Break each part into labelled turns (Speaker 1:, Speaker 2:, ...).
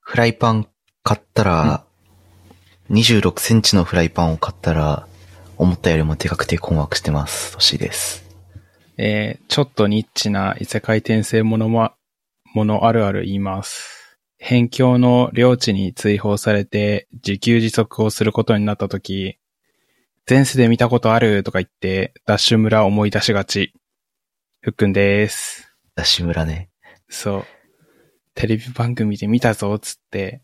Speaker 1: フライパン買ったら、26センチのフライパンを買ったら、思ったよりもでかくて困惑してます。年です。
Speaker 2: えーちょっとニッチな異世界転生ものも、ものあるある言います。辺境の領地に追放されて自給自足をすることになった時、前世で見たことあるとか言って、ダッシュ村を思い出しがち。ふっくんです。
Speaker 1: ダッシュ村ね。
Speaker 2: そう。テレビ番組で見たぞ、つって、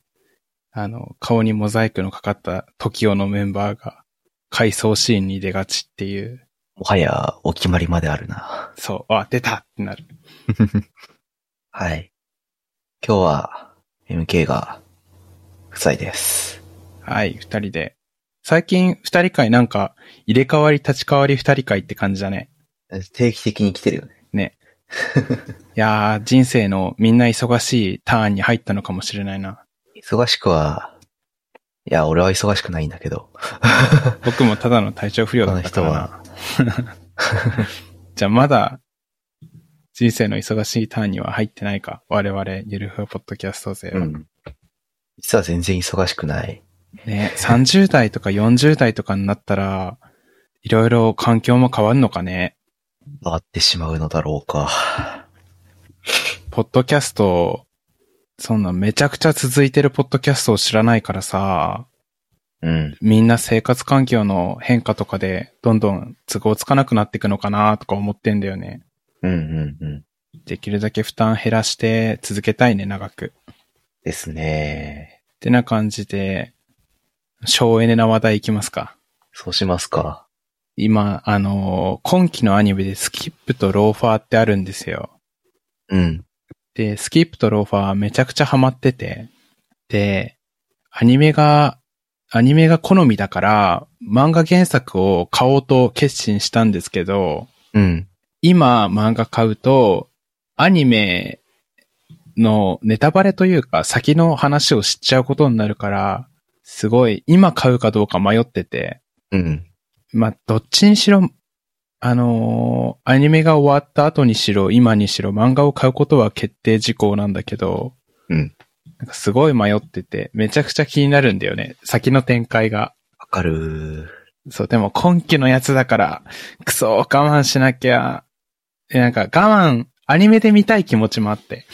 Speaker 2: あの、顔にモザイクのかかった TOKIO のメンバーが、回想シーンに出がちっていう。
Speaker 1: もはや、お決まりまである な。
Speaker 2: そう、あ、出たってなる。
Speaker 1: はい。今日は、MK が、不在です。
Speaker 2: はい、二人で。最近二人会なんか、入れ替わり立ち替わり二人会って感じだね。
Speaker 1: 定期的に来てるよね。
Speaker 2: いやー、人生のみんな忙しいターンに入ったのかもしれないな。
Speaker 1: 忙しくは、いや、俺は忙しくないんだけど、
Speaker 2: 僕もただの体調不良だったから
Speaker 1: 他の
Speaker 2: な。じゃあまだ、人生の忙しいターンには入ってないか。我々、ゆるふわポッドキャスト勢は。
Speaker 1: うん。実は全然忙しくない。
Speaker 2: ね、30代とか40代とかになったら、いろいろ環境も変わるのかね。
Speaker 1: 回ってしまうのだろうか。
Speaker 2: ポッドキャスト、そんなめちゃくちゃ続いてるポッドキャストを知らないからさ、
Speaker 1: うん。
Speaker 2: みんな生活環境の変化とかで、どんどん都合つかなくなっていくのかなとか思ってんだよね。
Speaker 1: うんうんうん。
Speaker 2: できるだけ負担減らして続けたいね、長く。
Speaker 1: ですね。
Speaker 2: ってな感じで、省エネな話題いきますか。
Speaker 1: そうしますか。
Speaker 2: 今、あのー今期のアニメでスキップとローファーってあるんですよ。
Speaker 1: うん。
Speaker 2: で、スキップとローファーはめちゃくちゃハマってて、で、アニメが、アニメが好みだから、漫画原作を買おうと決心したんですけど、
Speaker 1: うん。
Speaker 2: 今漫画買うと、アニメのネタバレというか先の話を知っちゃうことになるから、すごい今買うかどうか迷ってて、
Speaker 1: うん。
Speaker 2: まあ、どっちにしろ、あのーアニメが終わった後にしろ、今にしろ、漫画を買うことは決定事項なんだけど、
Speaker 1: うん。
Speaker 2: なんかすごい迷ってて、めちゃくちゃ気になるんだよね。先の展開が。
Speaker 1: わかる。
Speaker 2: そう、でも今期のやつだから、くそ、我慢しなきゃ。えなんか我慢、アニメで見たい気持ちもあって。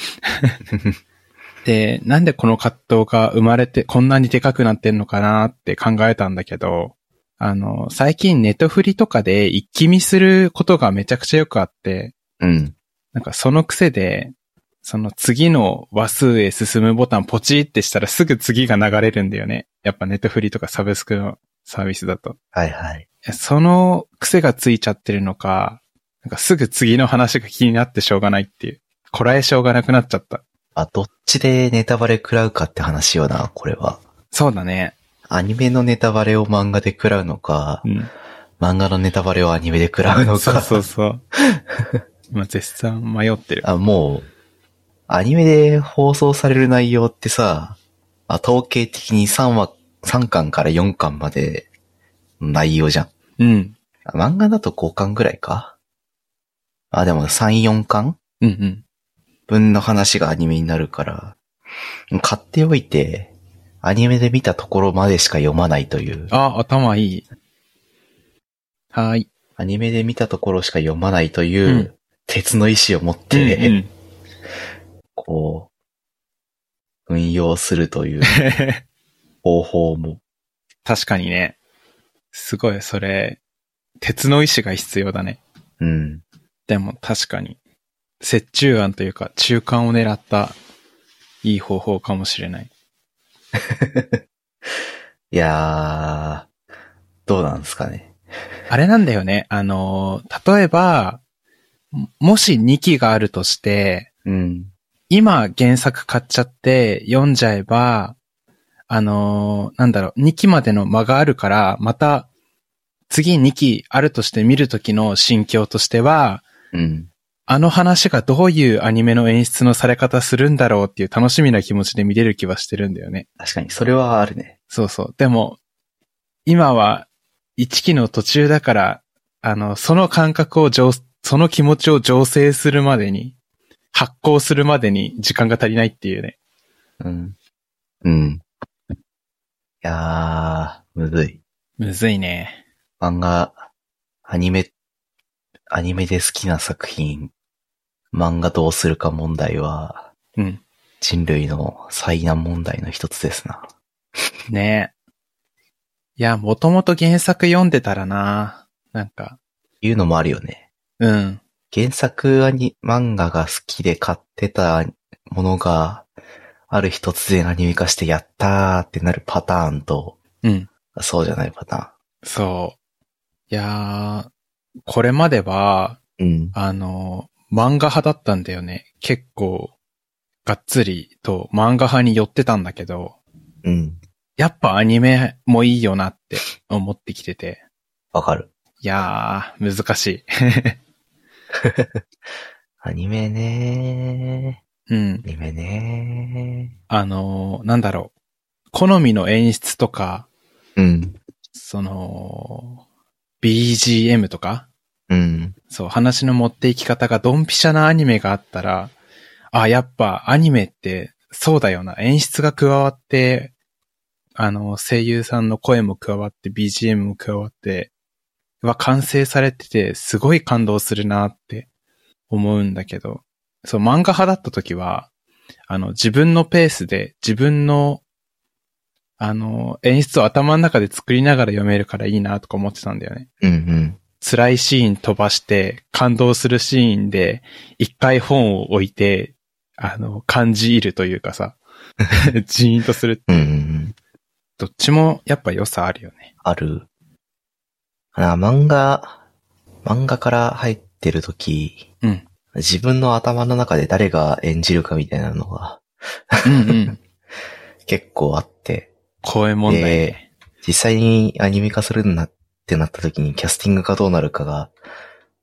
Speaker 2: で、なんでこの葛藤が生まれて、こんなにでかくなってんのかなって考えたんだけど、あの、最近ネトフリとかで一気見することがめちゃくちゃよくあって、
Speaker 1: うん。
Speaker 2: なんかその癖で、その次の話数へ進むボタンポチってしたらすぐ次が流れるんだよね。やっぱネットフリとかサブスクのサービスだと。
Speaker 1: はいはい。
Speaker 2: その癖がついちゃってるのか、なんかすぐ次の話が気になってしょうがないっていう。こらえしょうがなくなっちゃった。
Speaker 1: あ、どっちでネタバレ食らうかって話よな、これは。
Speaker 2: そうだね。
Speaker 1: アニメのネタバレを漫画で食らうのか
Speaker 2: う、ん。
Speaker 1: 漫画のネタバレをアニメで食らうのか。
Speaker 2: そうそうそう。 今絶賛迷ってる。
Speaker 1: あ、もう、アニメで放送される内容ってさ、あ統計的に3話、3巻から4巻までの内容じゃん。
Speaker 2: うん。
Speaker 1: あ漫画だと5巻ぐらいかあ、でも3、4巻
Speaker 2: うんうん。
Speaker 1: 分の話がアニメになるから、買っておいて、アニメで見たところまでしか読まないという、
Speaker 2: あ、頭いい。はーい。
Speaker 1: アニメで見たところしか読まないという、
Speaker 2: うん
Speaker 1: 鉄の意志を持って、こう、運用するという
Speaker 2: うん
Speaker 1: 方法も、
Speaker 2: 確かにね。すごい、それ、鉄の意志が必要だね。
Speaker 1: うん、
Speaker 2: でも確かに、折衷案というか、中間を狙った、いい方法かもしれない。
Speaker 1: いやー、どうなんですかね。
Speaker 2: あれなんだよね。あのー、例えば、ももし2期があるとして、
Speaker 1: うん。
Speaker 2: 今原作買っちゃって読んじゃえば、あのー、なんだろう、2期までの間があるから、また、次2期あるとして見るときの心境としては、
Speaker 1: うん。
Speaker 2: あの話がどういうアニメの演出のされ方するんだろうっていう楽しみな気持ちで見れる気はしてるんだよね。
Speaker 1: 確かに、それはあるね。
Speaker 2: そうそう。でも、今は1期の途中だから、あの、その感覚を上、その気持ちを醸成するまでに、発行するまでに時間が足りないっていうね。
Speaker 1: うん。うん。いやー、むずい。
Speaker 2: むずいね。
Speaker 1: 漫画、アニメ、アニメで好きな作品、漫画どうするか問題は、
Speaker 2: うん。
Speaker 1: 人類の災難問題の一つですな。
Speaker 2: ねえ。いや、もともと原作読んでたらな。なんか、
Speaker 1: いうのもあるよね。
Speaker 2: うん。
Speaker 1: 原作アニ、漫画が好きで買ってたものが、ある日突然アニメ化してやったーってなるパターンと、
Speaker 2: うん。
Speaker 1: そうじゃないパタ
Speaker 2: そう。いやー、これまでは、
Speaker 1: ーン。うん。
Speaker 2: あの、漫画派だったんだよね。結構、がっつりと漫画派に寄ってたんだけど、
Speaker 1: うん。
Speaker 2: やっぱアニメもいいよなって思ってきてて。
Speaker 1: わかる。
Speaker 2: いやー、難し
Speaker 1: アニメね
Speaker 2: い。う
Speaker 1: ー。
Speaker 2: ん。
Speaker 1: アニメね
Speaker 2: あの、なんだろう。好みの演出とか、
Speaker 1: ー。うん。
Speaker 2: その、BGM とか、
Speaker 1: うん。
Speaker 2: そう、話の持っていき方がドンピシャなアニメがあったら、あ、やっぱアニメってそうだよな。演出が加わって、あの、声優さんの声も加わって、BGM も加わって、は完成されてて、すごい感動するなって思うんだけど、そう、漫画派だった時は、あの、自分のペースで、自分の、あの、演出を頭の中で作りながら読めるからいいなとか思ってたんだよね。
Speaker 1: うんうん。
Speaker 2: 辛いシーン飛ばして、感動するシーンで、一回本を置いて、あの、感じ入るというか さ、ジーンとする。
Speaker 1: うんうんうん。
Speaker 2: どっちもやっぱ良さあるよね。
Speaker 1: ある。あ漫画、漫画から入ってるとき、
Speaker 2: うん。
Speaker 1: 自分の頭の中で誰が演じるかみたいなのが
Speaker 2: うんうん。
Speaker 1: 結構あって、
Speaker 2: 声問題ね。
Speaker 1: 実際にアニメ化するなってなった時にキャスティングがどうなるかが、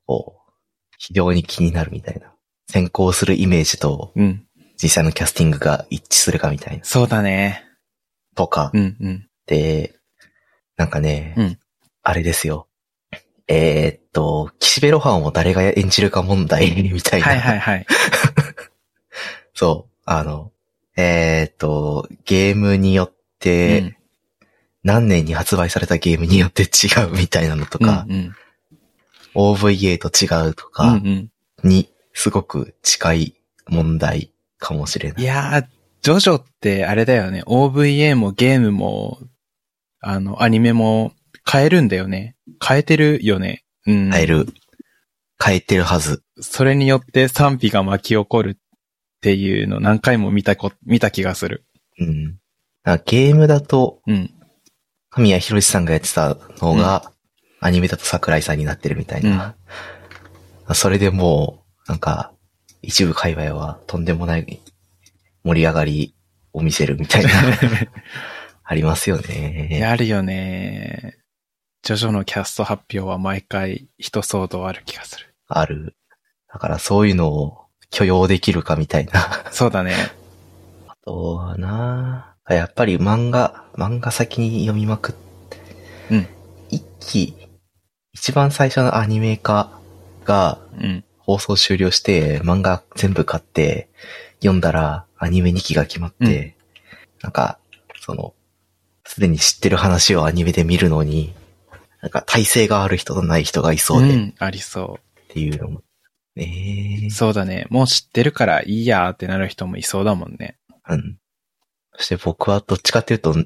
Speaker 1: こう、非常に気になるみたいな。先行するイメージと
Speaker 2: うん。
Speaker 1: 実際のキャスティングが一致するかみたいな。
Speaker 2: そうだね。
Speaker 1: とか
Speaker 2: う、んうん。
Speaker 1: で、なんかね、
Speaker 2: うん
Speaker 1: あれですよ。えーっと、岸辺露伴を誰が演じるか問題みたいな。
Speaker 2: はいはいはい。
Speaker 1: そう。あの、えーっと、ゲームによっ
Speaker 2: え
Speaker 1: て、何年に発売されたゲームによって違うみたいなのと
Speaker 2: うん
Speaker 1: か、
Speaker 2: うん。
Speaker 1: OVA と違うと
Speaker 2: うん
Speaker 1: か
Speaker 2: うん。
Speaker 1: にすごく近い問題かもしれないい。
Speaker 2: やー、ジョジョってあれだよね。OVA もゲームも、あの、アニメも変えるんだよね。変えてるよね。うん。
Speaker 1: 変える。変えてるはず。
Speaker 2: それによって賛否が巻き起こるっていうの何回も見たこ、見た気がする。
Speaker 1: うん。だからゲームだと、
Speaker 2: うん。
Speaker 1: 神谷博さんがやってたのが、アニメだと桜井さんになってるみたいな。それでもう、なんか、一部界隈はとんでもない盛り上がりを見せるみたいな、ありますよね。
Speaker 2: あるよね。ジョジョのキャスト発表は毎回一騒動ある気がする。
Speaker 1: ある。だからそういうのを許容できるかみたいな。
Speaker 2: そうだね。
Speaker 1: あとはなあやっぱり漫画、漫画先に読みまくって。
Speaker 2: うん
Speaker 1: 一期、一番最初のアニメ化が、
Speaker 2: うん。
Speaker 1: 放送終了して、漫画全部買って、読んだら、アニメ2期が決まって、なんか、その、すでに知ってる話をアニメで見るのに、なんか、体制がある人とない人がいそうで、
Speaker 2: う
Speaker 1: っ
Speaker 2: ん、ありそ
Speaker 1: ていうのも。ね
Speaker 2: う。そうだね。もう知ってるからいいやーってなる人もいそうだもんね。
Speaker 1: え。うん。そして僕はどっちかっていうと、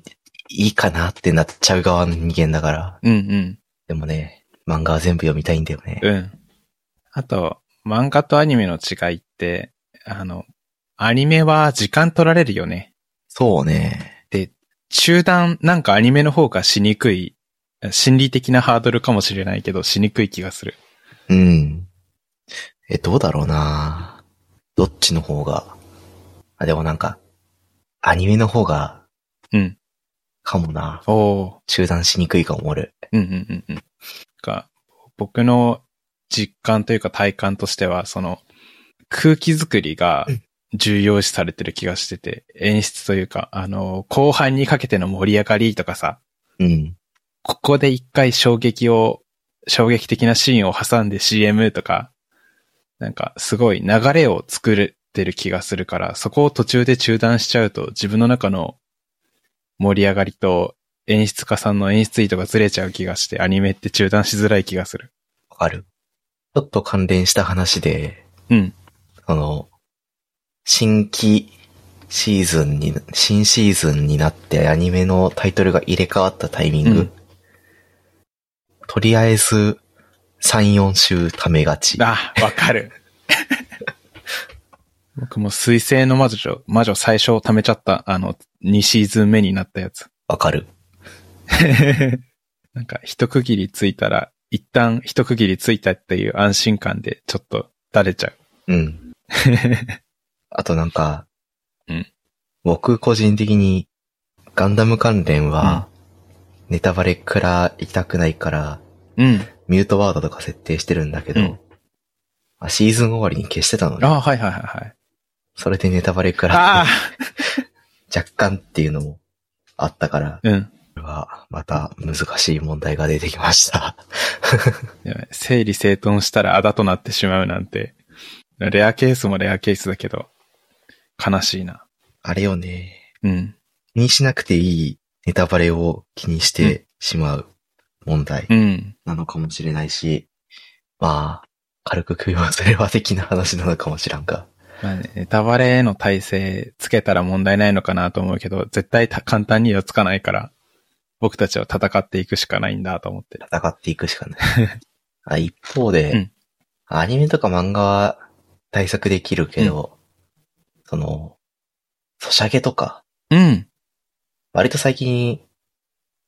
Speaker 1: いいかなってなっちゃう側の人間だから、
Speaker 2: うん
Speaker 1: でもね、漫画は全部読みたいんだよね
Speaker 2: うん。。うん。あと、漫画とアニメの違いって、あの、アニメは時間取られるよね。
Speaker 1: そうね。
Speaker 2: 中断なんかアニメの方がしにくい、心理的なハードルかもしれないけど、しにくい気がする。
Speaker 1: うん。え、どうだろうなどっちの方が。あ、でもなんか、アニメの方が、
Speaker 2: うん。
Speaker 1: かもな。
Speaker 2: おお
Speaker 1: 中断しにくいかも、俺。
Speaker 2: ーうんうんうんうん。か僕の実感というか体感としては、その、空気作りが
Speaker 1: うん
Speaker 2: 重要視されてる気がしてて、演出というか、あの、後半にかけての盛り上がりとかさ、
Speaker 1: うん。
Speaker 2: ここで一回衝撃を、衝撃的なシーンを挟んで CM とか、なんかすごい流れを作れてる気がするから、そこを途中で中断しちゃうと自分の中の盛り上がりと演出家さんの演出意図がずれちゃう気がしてアニメって中断しづらい気がする。
Speaker 1: わかる。ちょっと関連した話で、
Speaker 2: うん。
Speaker 1: その、新規シーズンに、新シーズンになってアニメのタイトルが入れ替わったタイミング。
Speaker 2: うん
Speaker 1: とりあえず、3、4週ためがち。
Speaker 2: あ、わかる。 僕も水星の魔女、魔女最初貯めちゃった、あの、2シーズン目になったやつ。
Speaker 1: わかる。
Speaker 2: なんか一区切りついたら、一旦一区切りついたっていう安心感でちょっとだれちゃう。
Speaker 1: うん。あとなんか、
Speaker 2: うん
Speaker 1: 僕個人的に、ガンダム関連は、ネタバレくらいたくないから、
Speaker 2: うん。
Speaker 1: ミュートワードとか設定してるんだけど、
Speaker 2: うん
Speaker 1: あシーズン終わりに消してたのね。
Speaker 2: ああ、はいはいはいはい。
Speaker 1: それでネタバレくら
Speaker 2: あ
Speaker 1: っ
Speaker 2: あ
Speaker 1: て、若干っていうのもあったから、
Speaker 2: うん。
Speaker 1: これはまた難しい問題が出てきました。
Speaker 2: やばい整理整頓したらあだとなってしまうなんて。レアケースもレアケースだけど、悲しいな。
Speaker 1: あれよね、
Speaker 2: うん。
Speaker 1: 気にしなくていいネタバレを気にしてしまう問題
Speaker 2: うん。
Speaker 1: なのかもしれないし、まあ、軽く食い忘れは的な話なのかもしらんが。
Speaker 2: まあね、ネタバレへの耐性つけたら問題ないのかなと思うけど、絶対た簡単にはつかないから、僕たちは戦っていくしかないんだと思ってる。
Speaker 1: 戦っていくし かない。あ一方で、
Speaker 2: うん
Speaker 1: アニメとか漫画は対策できるけど、その、ソシャゲとか、
Speaker 2: うん。
Speaker 1: 割と最近、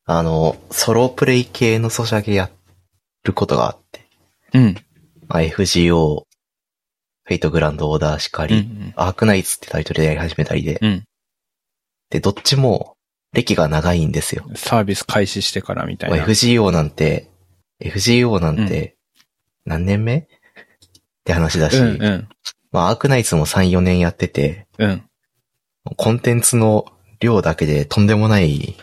Speaker 1: あの、ソロプレイ系のソシャゲやることがあって、
Speaker 2: うん。
Speaker 1: まあ、FGO、フェイトグランドオーダーしか
Speaker 2: う
Speaker 1: り、
Speaker 2: ん。
Speaker 1: アークナイツってタイトルでやり始めたりで、
Speaker 2: うん
Speaker 1: で、どっちも歴が長いんですよ。
Speaker 2: サービス開始してからみたい
Speaker 1: まあ
Speaker 2: な。
Speaker 1: FGO なんて、FGO なんて、何年目、って話だし、
Speaker 2: うんうん。
Speaker 1: まあ、アークナイツも3、4年やってて、
Speaker 2: うん。
Speaker 1: コンテンツの量だけでとんでもない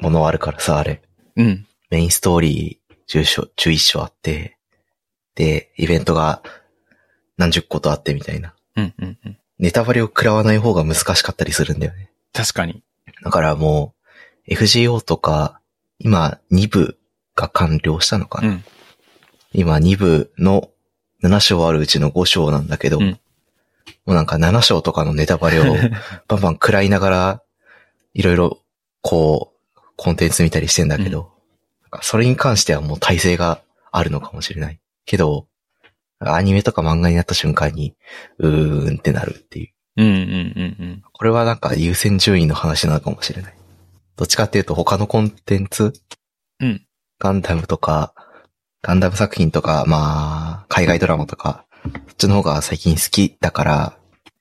Speaker 1: ものあるからさ、あれ。
Speaker 2: うん。
Speaker 1: メインストーリー10章、11章あって、で、イベントが何十個とあってみたいな。
Speaker 2: うん。うん。うん。
Speaker 1: ネタバレを食らわない方が難しかったりするんだよね。
Speaker 2: 確かに。
Speaker 1: だからもう、FGO とか、今2部が完了したのか
Speaker 2: う
Speaker 1: な、
Speaker 2: ん。
Speaker 1: 今2部の7章あるうちの5章なんだけど、
Speaker 2: うん
Speaker 1: もうなんか7章とかのネタバレを バンバン食らいながら、いろいろこう、コンテンツ見たりしてんだけど、なんかそれに関してはもう体制があるのかもしれない。けど、アニメとか漫画になった瞬間に、うーんってなるっていう。
Speaker 2: うん。うん。うん。うん。
Speaker 1: これはなんか優先順位の話なのかもしれない。どっちかっていうと他のコンテンツ
Speaker 2: うん
Speaker 1: ガンダムとか、ガンダム作品とか、まあ、海外ドラマとか、そっちの方が最近好きだから、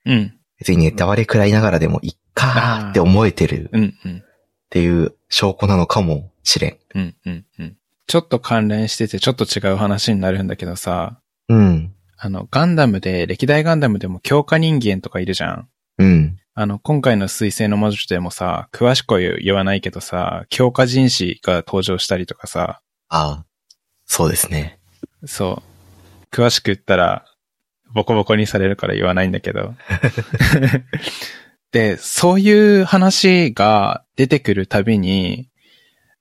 Speaker 2: うん。
Speaker 1: 別にネタバレ食らいながらでもいっかーって思えてるっ
Speaker 2: うん。うん。
Speaker 1: ていう証拠なのかもしれん。
Speaker 2: うん。うん。うん。ちょっと関連してて、ちょっと違う話になるんだけどさ、
Speaker 1: うん。
Speaker 2: あの、ガンダムで、歴代ガンダムでも強化人間とかいるじゃん。
Speaker 1: うん。
Speaker 2: あの、今回の水星の魔女でもさ、詳しくは言わないけどさ、強化人士が登場したりとかさ、
Speaker 1: ああ、そうですね。
Speaker 2: そう。詳しく言ったら、ボコボコにされるから言わないんだけど。で、そういう話が出てくるたびに、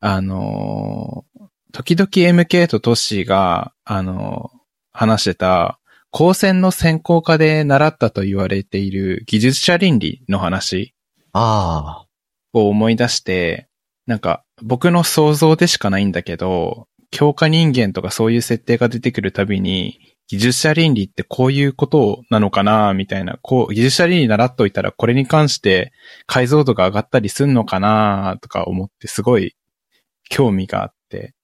Speaker 2: あのー時々 MK とトッシーが、あのー話してた、高専の専攻科で習ったと言われている技術者倫理の話。
Speaker 1: ああ、
Speaker 2: を思い出して、なんか僕の想像でしかないんだけど、強化人間とかそういう設定が出てくるたびに、技術者倫理ってこういうことなのかなみたいな、こう、技術者倫理習っといたらこれに関して解像度が上がったりすんのかなとか思ってすごい興味があって、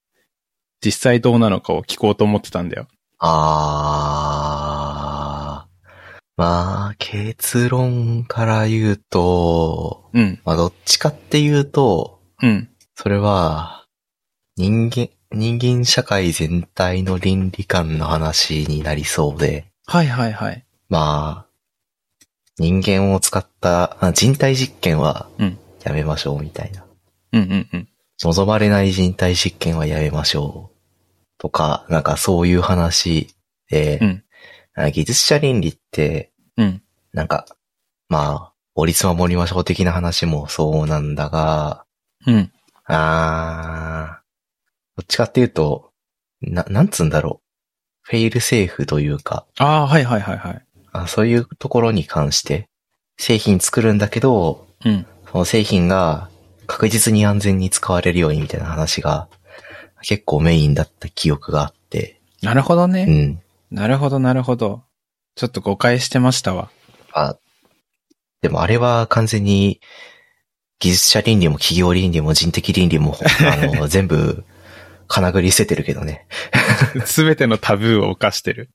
Speaker 2: 実際どうなのかを聞こうと思ってたんだよ。
Speaker 1: ああ。まあ、結論から言うと、
Speaker 2: うん、
Speaker 1: まあ、どっちかっていうと、
Speaker 2: うん、
Speaker 1: それは、人間、人間社会全体の倫理観の話になりそうで、
Speaker 2: はいはいはい。
Speaker 1: まあ、人間を使った、あ人体実験は
Speaker 2: うん
Speaker 1: やめましょうみたいな。
Speaker 2: うんうんうん。
Speaker 1: 望まれない人体実験はやめましょう。とか、なんかそういう話で、
Speaker 2: うん
Speaker 1: あ技術者倫理って、
Speaker 2: うん
Speaker 1: なんか、まあ、折りつ守りましょう的な話もそうなんだが、
Speaker 2: うん。
Speaker 1: あー、どっちかっていうと、な、なんつうんだろう。フェイルセーフというか、
Speaker 2: ああ、はいはいはいはい。
Speaker 1: あそういうところに関して、製品作るんだけど、
Speaker 2: うん。
Speaker 1: その製品が確実に安全に使われるようにみたいな話が結構メインだった記憶があって、
Speaker 2: なるほど
Speaker 1: う
Speaker 2: ね。
Speaker 1: ん。
Speaker 2: なるほどなるほど。ちょっと誤解してました わ。
Speaker 1: あ、でもあれは完全に技術者倫理も企業倫理も人的倫理も、あの、全部、金繰り捨ててるけどね。
Speaker 2: すべてのタブーを犯してる。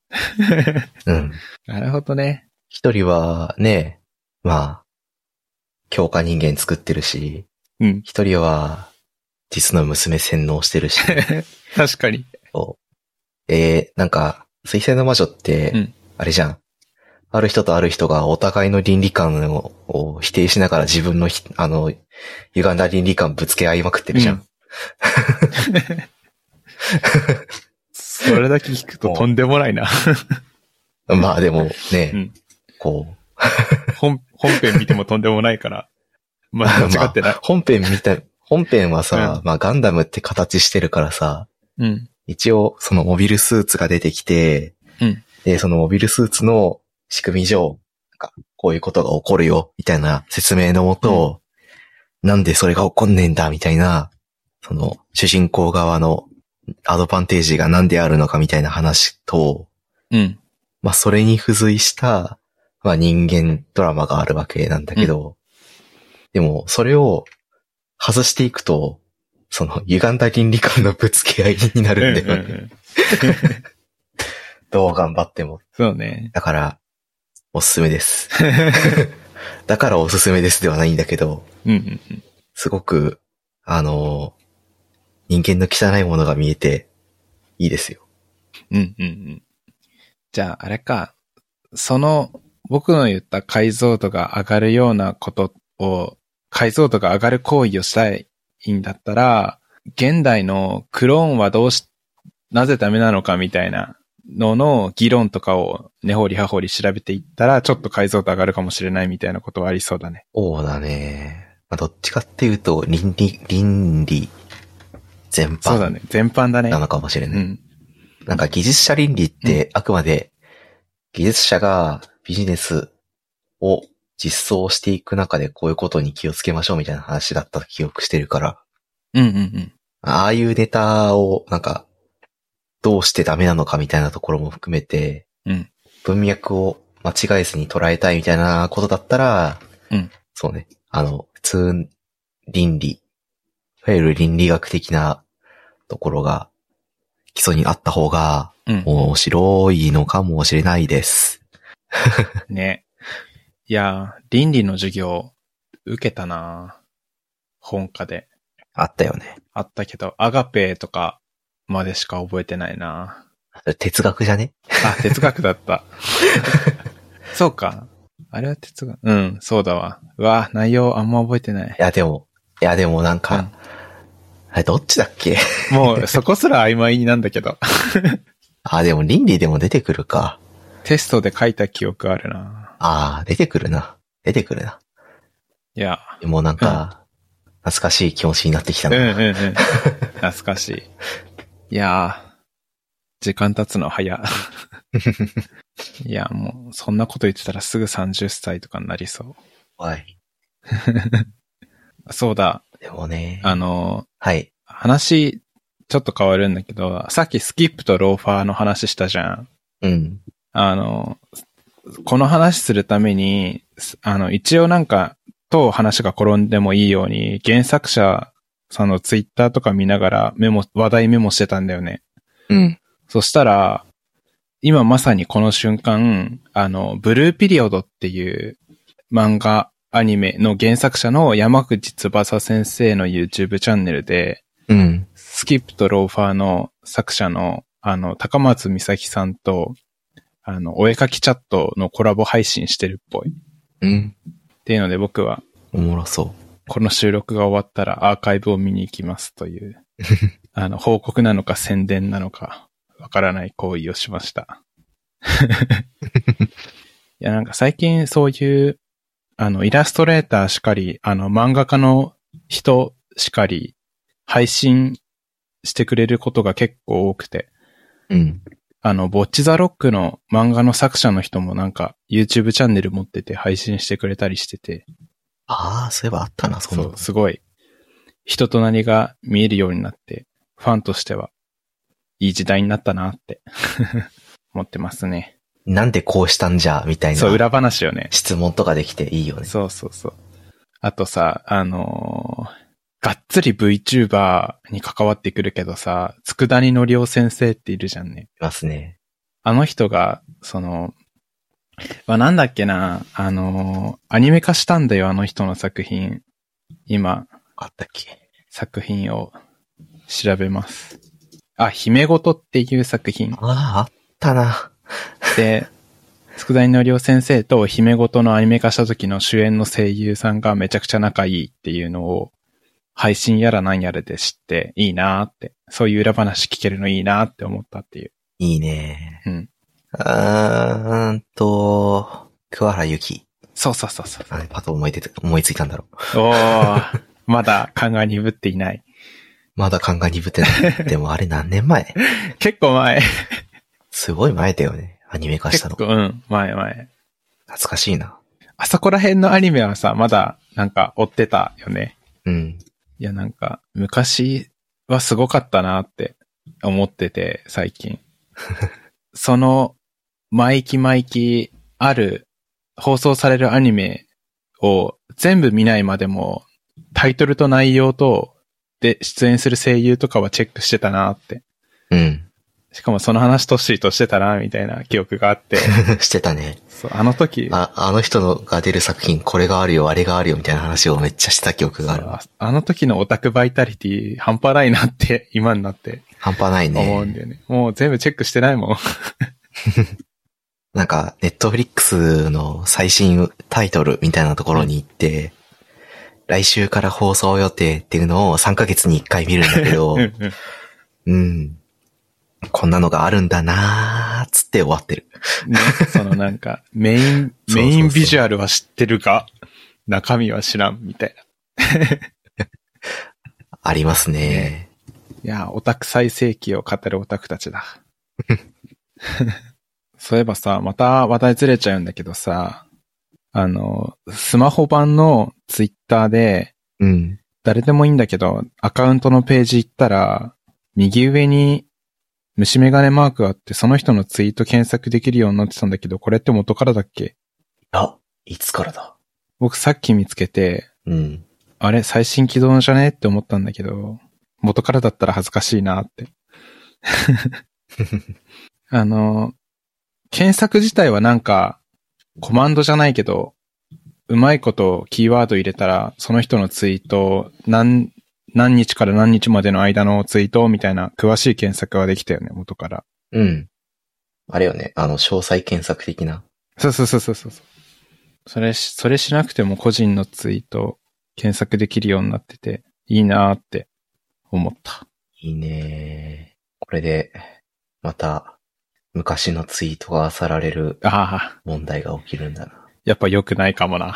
Speaker 1: うん。
Speaker 2: なるほどね。
Speaker 1: 一人はね、まあ、強化人間作ってるし、
Speaker 2: うん。
Speaker 1: 一人は実の娘洗脳してる し、
Speaker 2: 確かに。
Speaker 1: そう。えー、なんか、水星の魔女って、
Speaker 2: うん
Speaker 1: あれじゃん。ある人とある人がお互いの倫理観をを否定しながら自分のひ、あの、歪んだ倫理観ぶつけ合いまくってるじゃん。
Speaker 2: うんそれだけ聞くととんでもないな。
Speaker 1: まあでもね、
Speaker 2: うん
Speaker 1: こう、
Speaker 2: 本、本編見てもとんでもないから。まあ、間違ってない。
Speaker 1: 本編見た、本編はさ、まあガンダムって形してるからさ、
Speaker 2: うん。
Speaker 1: 一応そのモビルスーツが出てきて、
Speaker 2: うん
Speaker 1: で、そのモビルスーツの仕組み上、なんかこういうことが起こるよ、みたいな説明のもと、なんでそれが起こんねえんだ、みたいな、その主人公側のアドバンテージが何であるのかみたいな話と、
Speaker 2: うん。
Speaker 1: まあそれに付随した、まあ人間ドラマがあるわけなんだけど、でもそれを外していくと、その歪んだ倫理観のぶつけ合いにな
Speaker 2: うんう
Speaker 1: るん
Speaker 2: ん
Speaker 1: だよね。
Speaker 2: うん。
Speaker 1: どう頑張っても。
Speaker 2: そうね。
Speaker 1: だから、おすすめ です。だからおすすめですではないんだけど、
Speaker 2: うんうんうん。
Speaker 1: すごく、あの人間の汚いものが見えて、いいですよ。
Speaker 2: うんうんうん。じゃあ、あれか。その、僕の言った解像度が上がるようなことを、解像度が上がる行為をしたいんだったら、現代のクローンはどうし、なぜダメなのかみたいなのの議論とかを根掘り葉掘り調べていったら、ちょっと解像度上がるかもしれないみたいなことはありそうだね。
Speaker 1: そうだね。まあ、どっちかっていうと、倫理、倫理、全
Speaker 2: そうだ
Speaker 1: 般
Speaker 2: ね。全般だね
Speaker 1: な。のかもしれ
Speaker 2: う
Speaker 1: ない。
Speaker 2: ん。
Speaker 1: なんか技術者倫理って、あくまで、技術者がビジネスを実装していく中でこういうことに気をつけましょうみたいな話だった記憶してるから、
Speaker 2: うんうんうん。
Speaker 1: ああいうネタを、なんか、どうしてダメなのかみたいなところも含めて、
Speaker 2: うん
Speaker 1: 文脈を間違えずに捉えたいみたいなことだったら、
Speaker 2: うん
Speaker 1: そうね。あの、普通、倫理、いわゆる倫理学的なところが、基礎にあった方が
Speaker 2: うん。
Speaker 1: 面白いのかもしれないです。
Speaker 2: ね。いやー、倫理の授業、受けたな本科で。
Speaker 1: あったよね。
Speaker 2: あったけど、アガペとかまでしか覚えてないな
Speaker 1: 哲学じゃね
Speaker 2: あ、哲学だった。そうか。あれは哲学。うん、そうだわ。うわ、内容あんま覚えてない
Speaker 1: い。や、でも、いや、でもなんか、
Speaker 2: うん
Speaker 1: あれどっちだっけ
Speaker 2: もう、そこすら曖昧なんだけど。
Speaker 1: あ、でも倫理でも出てくるか。
Speaker 2: テストで書いた記憶あるな
Speaker 1: ああ、出てくるな。出てくるな。
Speaker 2: いや、
Speaker 1: もうなんか、懐かしい気持ちになってきた
Speaker 2: うん
Speaker 1: な。
Speaker 2: うんうん。懐かしい。いやー、時間経つの早。いや、もう、そんなこと言ってたらすぐ30歳とかになりそ
Speaker 1: 怖い。
Speaker 2: う。そうだ、
Speaker 1: でもね。
Speaker 2: あの、
Speaker 1: はい。
Speaker 2: 話、ちょっと変わるんだけど、さっきスキップとローファーの話したじゃん。
Speaker 1: うん。
Speaker 2: あの、この話するために、すあの、一応なんか、どう話が転んでもいいように、原作者さんのツイッターとか見ながらメモ、話題メモしてたんだよね。
Speaker 1: うん。
Speaker 2: そしたら、今まさにこの瞬間、あの、ブルーピリオドっていう漫画、アニメの原作者の山口翼先生の YouTube チャンネルで、
Speaker 1: うん。
Speaker 2: スキップとローファーの作者の、あの、高松美咲さんと、あの、お絵かきチャットのコラボ配信してるっぽい。っ
Speaker 1: うん。
Speaker 2: ていうので僕は、
Speaker 1: おもろそ
Speaker 2: この収録が終わったらアーカイブを見に行きますという、あの、報告なのか宣伝なのか、わからない行為をしました。いや、なんか最近そういう、あの、イラストレーターしかり、あの、漫画家の人しかり、配信してくれることが結構多くて、
Speaker 1: うん。
Speaker 2: あの、ボッチザロックの漫画の作者の人もなんか、YouTube チャンネル持ってて配信してくれたりしてて、
Speaker 1: ああ、そういえばあったな、そんな
Speaker 2: そ
Speaker 1: の
Speaker 2: う、。すごい、人となりが見えるようになって、ファンとしては、いい時代になったなって、 思ってますね。
Speaker 1: なんでこうしたんじゃ、みたい
Speaker 2: そう、
Speaker 1: な
Speaker 2: 裏話よね。
Speaker 1: 質問とかできていいよね。
Speaker 2: そうそうそう。あとさ、あのーがっつり VTuber に関わってくるけどさ、佃煮のりお先生っているじゃんね。
Speaker 1: いますね。
Speaker 2: あの人が、その、まあ、なんだっけな、あのーアニメ化したんだよ、あの人の作品。今、
Speaker 1: あったっけ
Speaker 2: 作品を調べます。あ、姫ごとっていう作品
Speaker 1: あ。あ、あったな。
Speaker 2: で、佃煮のりお先生と姫ごとのアニメ化した時の主演の声優さんがめちゃくちゃ仲いいっていうのを配信やらなんやらで知っていいなーって、そういう裏話聞けるのいいなーって思ったっていう。
Speaker 1: いいね。
Speaker 2: うん。
Speaker 1: うーんと、桑原ゆき。
Speaker 2: そうそうそうそう。
Speaker 1: あれ、パッと思い出て、思いついたんだろう。
Speaker 2: おー、まだ勘が鈍っていない。
Speaker 1: まだ勘が鈍って ない。でもあれ何年前
Speaker 2: 結構前。
Speaker 1: すごい前だよね。アニメ化した
Speaker 2: 結
Speaker 1: の。
Speaker 2: 構、
Speaker 1: 懐
Speaker 2: うん、前前。
Speaker 1: かしいな。
Speaker 2: あそこら辺のアニメはさ、まだなんか追ってたよね。
Speaker 1: うん。
Speaker 2: いやなんか、昔はすごかったなって思ってて、最近。その、毎期毎期ある、放送されるアニメを全部見ないまでも、タイトルと内容と、で、出演する声優とかはチェックしてたなって。
Speaker 1: うん。
Speaker 2: しかもその話とっしりとしてたな、みたいな記憶があって。
Speaker 1: してたね。
Speaker 2: そうあの時、
Speaker 1: あ、あの人のが出る作品、これがあるよ、あれがあるよ、みたいな話をめっちゃした記憶があるわ。
Speaker 2: ああの時のオタクバイタリティ半端ないなって、今になって
Speaker 1: 半端ない
Speaker 2: 思う
Speaker 1: ね。
Speaker 2: んだよね。もう全部チェックしてないもん。
Speaker 1: なんか、ネットフリックスの最新タイトルみたいなところに行って、来週から放送予定っていうのを3ヶ月に1回見るんだけど
Speaker 2: うん、うん
Speaker 1: うん。こんなのがあるんだなーっつって終わってる。
Speaker 2: ね、そのなんか、メイン、
Speaker 1: そうそうそう
Speaker 2: メインビジュアルは知ってるが、中身は知らん、みたいな。
Speaker 1: ありますね
Speaker 2: ねいやー、オタク最盛期を語るオタク たちだ。そういえばさ、また話題ずれちゃうんだけどさ、あの、スマホ版のツイッターで、
Speaker 1: うん。
Speaker 2: 誰でもいいんだけど、アカウントのページ行ったら、右上に虫眼鏡マークがあって、その人のツイート検索できるようになってたんだけど、これって元からだっけ
Speaker 1: あ、いつからだ
Speaker 2: 僕さっき見つけて、
Speaker 1: うん。
Speaker 2: あれ、最新起動じゃねって思ったんだけど、元からだったら恥ずかしいなって。あの、検索自体はなんか、コマンドじゃないけど、うまいことキーワード入れたら、その人のツイート、何、何日から何日までの間のツイートみたいな詳しい検索はできたよね、元から。
Speaker 1: うん。あれよね、あの、詳細検索的な。
Speaker 2: そうそうそうそうそう。それし、それしなくても個人のツイート検索できるようになってて、いいなーって思った。
Speaker 1: いいねこれで、また、昔のツイートが漁られる
Speaker 2: ああ、
Speaker 1: 問題が起きるんだ な。
Speaker 2: やっぱ良くないかもな。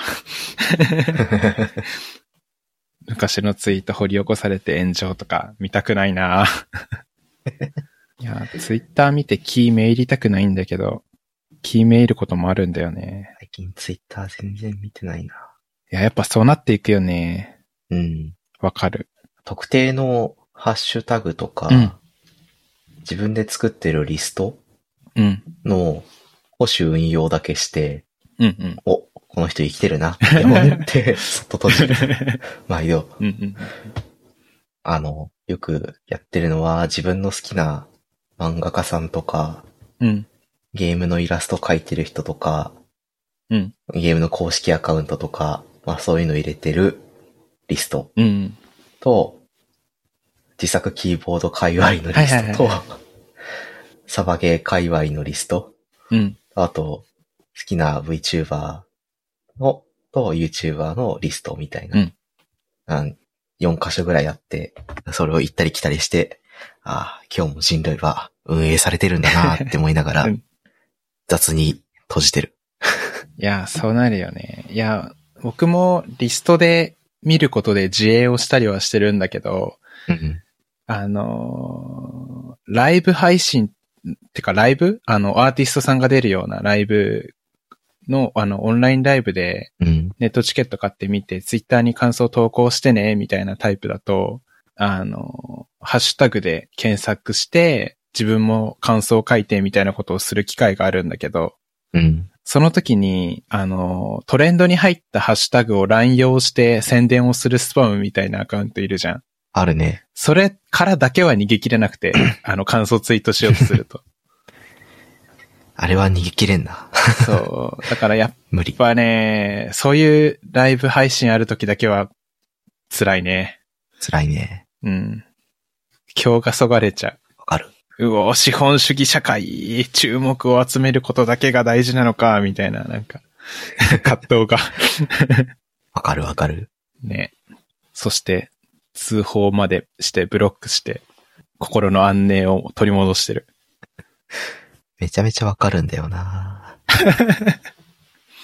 Speaker 2: 昔のツイート掘り起こされて炎上とか見たくないな。 いや、ツイッター見てキーメイりたくないんだけど、キーメイることもあるんだよね。
Speaker 1: 最近ツイッター全然見てないな。
Speaker 2: いや、やっぱそうなっていくよね。
Speaker 1: うん。
Speaker 2: わかる。
Speaker 1: 特定のハッシュタグとか、
Speaker 2: うん
Speaker 1: 自分で作ってるリスト
Speaker 2: うん。
Speaker 1: の保守運用だけして、
Speaker 2: うんうん。
Speaker 1: お、この人生きてるな。やばい って、そっと閉じる。毎度。
Speaker 2: うんうん。
Speaker 1: あの、よくやってるのは自分の好きな漫画家さんとか、
Speaker 2: うん。
Speaker 1: ゲームのイラスト描いてる人とか、
Speaker 2: うん
Speaker 1: ゲームの公式アカウントとか、まあそういうの入れてるリスト
Speaker 2: うん。
Speaker 1: と、自作キーボード界隈のリストと、サバゲー界隈のリスト、
Speaker 2: うん。
Speaker 1: あと、好きな VTuber の、と YouTuber のリストみたいな。
Speaker 2: うん
Speaker 1: うん。4箇所ぐらいあって、それを行ったり来たりして、ああ、今日も人類は運営されてるんだなって思いながら
Speaker 2: うん、
Speaker 1: 雑に閉じてる。
Speaker 2: いや、そうなるよね。いや、僕もリストで見ることで自営をしたりはしてるんだけど、
Speaker 1: うん
Speaker 2: あのーライブ配信、てかライブあの、アーティストさんが出るようなライブの、あの、オンラインライブで
Speaker 1: うん。うん。
Speaker 2: ネットチケット買ってみて、ツイッターに感想投稿してね、みたいなタイプだと、あのーハッシュタグで検索して、自分も感想を書いてみたいなことをする機会があるんだけど、
Speaker 1: うん。
Speaker 2: その時に、あの、トレンドに入ったハッシュタグを乱用して宣伝をするスパムみたいなアカウントいるじゃん。
Speaker 1: あるね。
Speaker 2: それからだけは逃げ切れなくて、あの、感想ツイートしようとすると。
Speaker 1: あれは逃げ切れんな。
Speaker 2: そう。だからやっ
Speaker 1: 無理。
Speaker 2: ぱね、そういうライブ配信ある時だけは辛いね。
Speaker 1: 辛いね。
Speaker 2: うん。今日がそがれちゃ
Speaker 1: わかる。
Speaker 2: う。うお、資本主義社会、注目を集めることだけが大事なのか、みたいな、なんか、葛藤が。
Speaker 1: わかるわかる。
Speaker 2: ね。そして、通報までして、ブロックして、心の安寧を取り戻してる。
Speaker 1: めちゃめちゃわかるんだよな。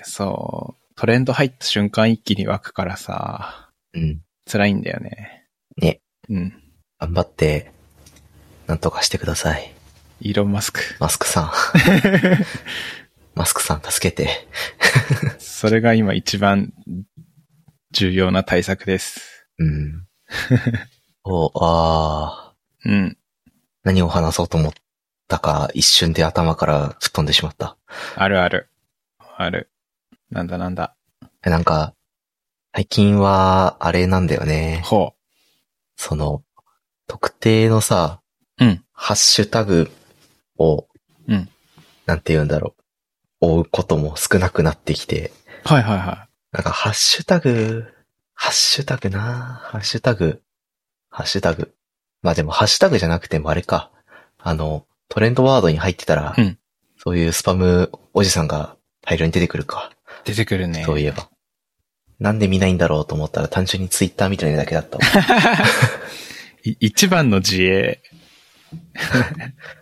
Speaker 2: そう。トレンド入った瞬間一気に湧くからさ、
Speaker 1: うん。
Speaker 2: 辛いんだよね。
Speaker 1: ね。
Speaker 2: うん。
Speaker 1: 頑張って、なんとかしてください。
Speaker 2: イーロンマスク。
Speaker 1: マスクさん。マスクさん助けて。
Speaker 2: それが今一番重要な対策です。
Speaker 1: うん。お、あー
Speaker 2: うん。
Speaker 1: 何を話そうと思ったか、一瞬で頭から吹っ飛んでしまった。
Speaker 2: あるある。ある。なんだなんだ。
Speaker 1: なんか、最近は、あれなんだよね。
Speaker 2: ほ
Speaker 1: その、特定のさ、
Speaker 2: う。うん。
Speaker 1: ハッシュタグを、
Speaker 2: うん
Speaker 1: なんて言うんだろう。追うことも少なくなってきて、
Speaker 2: はいはいは
Speaker 1: なんかハッシュタグ、ハッシュタグなハッシュタグ、ハッシュタグ。まあでもハッシュタグじゃなくてもあれか。あの、トレンドワードに入ってたら、
Speaker 2: うん
Speaker 1: そういうスパムおじさんが大量に出てくるか。
Speaker 2: い。出てくるね。
Speaker 1: そういえば。なんで見ないんだろうと思ったら単純にツイッター見てないだけだ ったわ。
Speaker 2: い一番の自衛。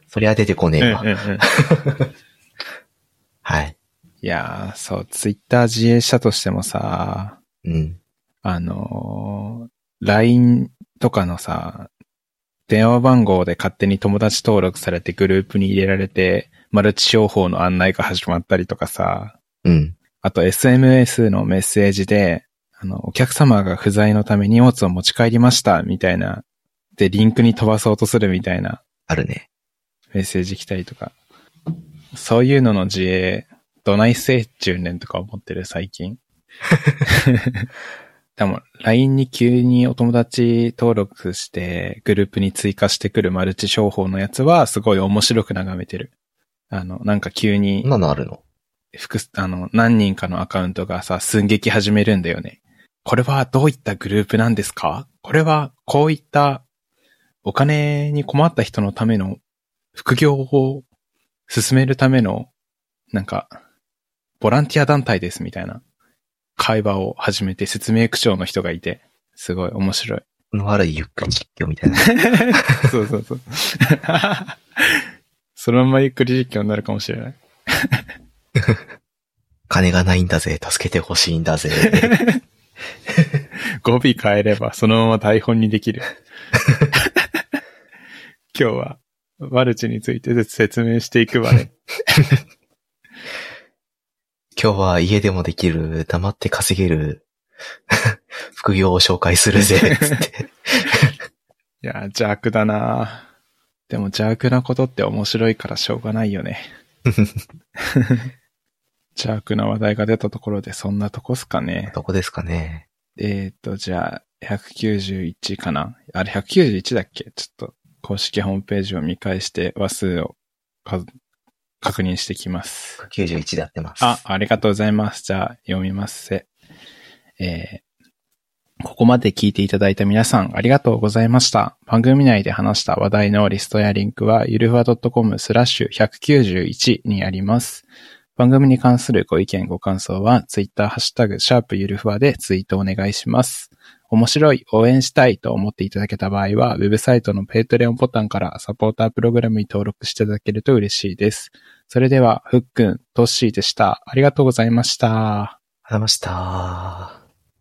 Speaker 1: そりゃ出てこね
Speaker 2: うんう
Speaker 1: え
Speaker 2: ん
Speaker 1: わ。
Speaker 2: うん。
Speaker 1: はい。
Speaker 2: いやー、そう、ツイッター自営者としてもさ、
Speaker 1: うん。
Speaker 2: あのー LINE とかのさ、電話番号で勝手に友達登録されてグループに入れられて、マルチ商法の案内が始まったりとかさ、
Speaker 1: うん。
Speaker 2: あと SMS のメッセージで、あの、お客様が不在のため荷物を持ち帰りました、みたいな。で、リンクに飛ばそうとするみたいな
Speaker 1: あるね。
Speaker 2: メッセージ来たりとか。そういうのの自衛、どないせい中年とか思ってる最近。でも、LINE に急にお友達登録して、グループに追加してくるマルチ商法のやつは、すごい面白く眺めてる。あの、なんか急
Speaker 1: こん
Speaker 2: に、
Speaker 1: なのあるの
Speaker 2: 複数、あの、何人かのアカウントがさ、寸劇始めるんだよね。これはどういったグループなんですかこれはこういったお金に困った人のための副業を進めるための、なんか、ボランティア団体ですみたいな会話を始めて説明口調の人がいて、すごい面白い。
Speaker 1: この悪いゆっくり実況み たいな。
Speaker 2: そうそう そう。そのままゆっくり実況になるかもしれない。
Speaker 1: 金がないんだぜ、助けてほしいんだぜ。
Speaker 2: 語尾変えればそのまま台本にできる。今日はマルチについて説明していくわね。
Speaker 1: 今日は家でもできる、黙って稼げる、 副業を紹介するぜ、つって。
Speaker 2: いや、邪悪だなでも邪悪なことって面白いからしょうがないよね。邪悪な話題が出たところでそんなとこっすかね。
Speaker 1: どこですかね。
Speaker 2: えっ、と、じゃあ、191かなあれ、191だっけちょっと、公式ホームページを見返して話数を数確認してきます。
Speaker 1: 91でやってます。
Speaker 2: あ、ありがとうございます。じゃあ、読みますせ。えーここまで聞いていただいた皆さん、ありがとうございました。番組内で話した話題のリストやリンクは、ゆるふわ .com スラッシュ191にあります。番組に関するご意見、ご感想は、ツイッターハッシュタグ、シャープゆるふわでツイートお願いします。面白い、応援したいと思っていただけた場合は、ウェブサイトのペイトレオンボタンからサポータープログラムに登録していただけると嬉しいです。それでは、ふっくん、とっしーでした。ありがとうございました。
Speaker 1: ありがとうございました。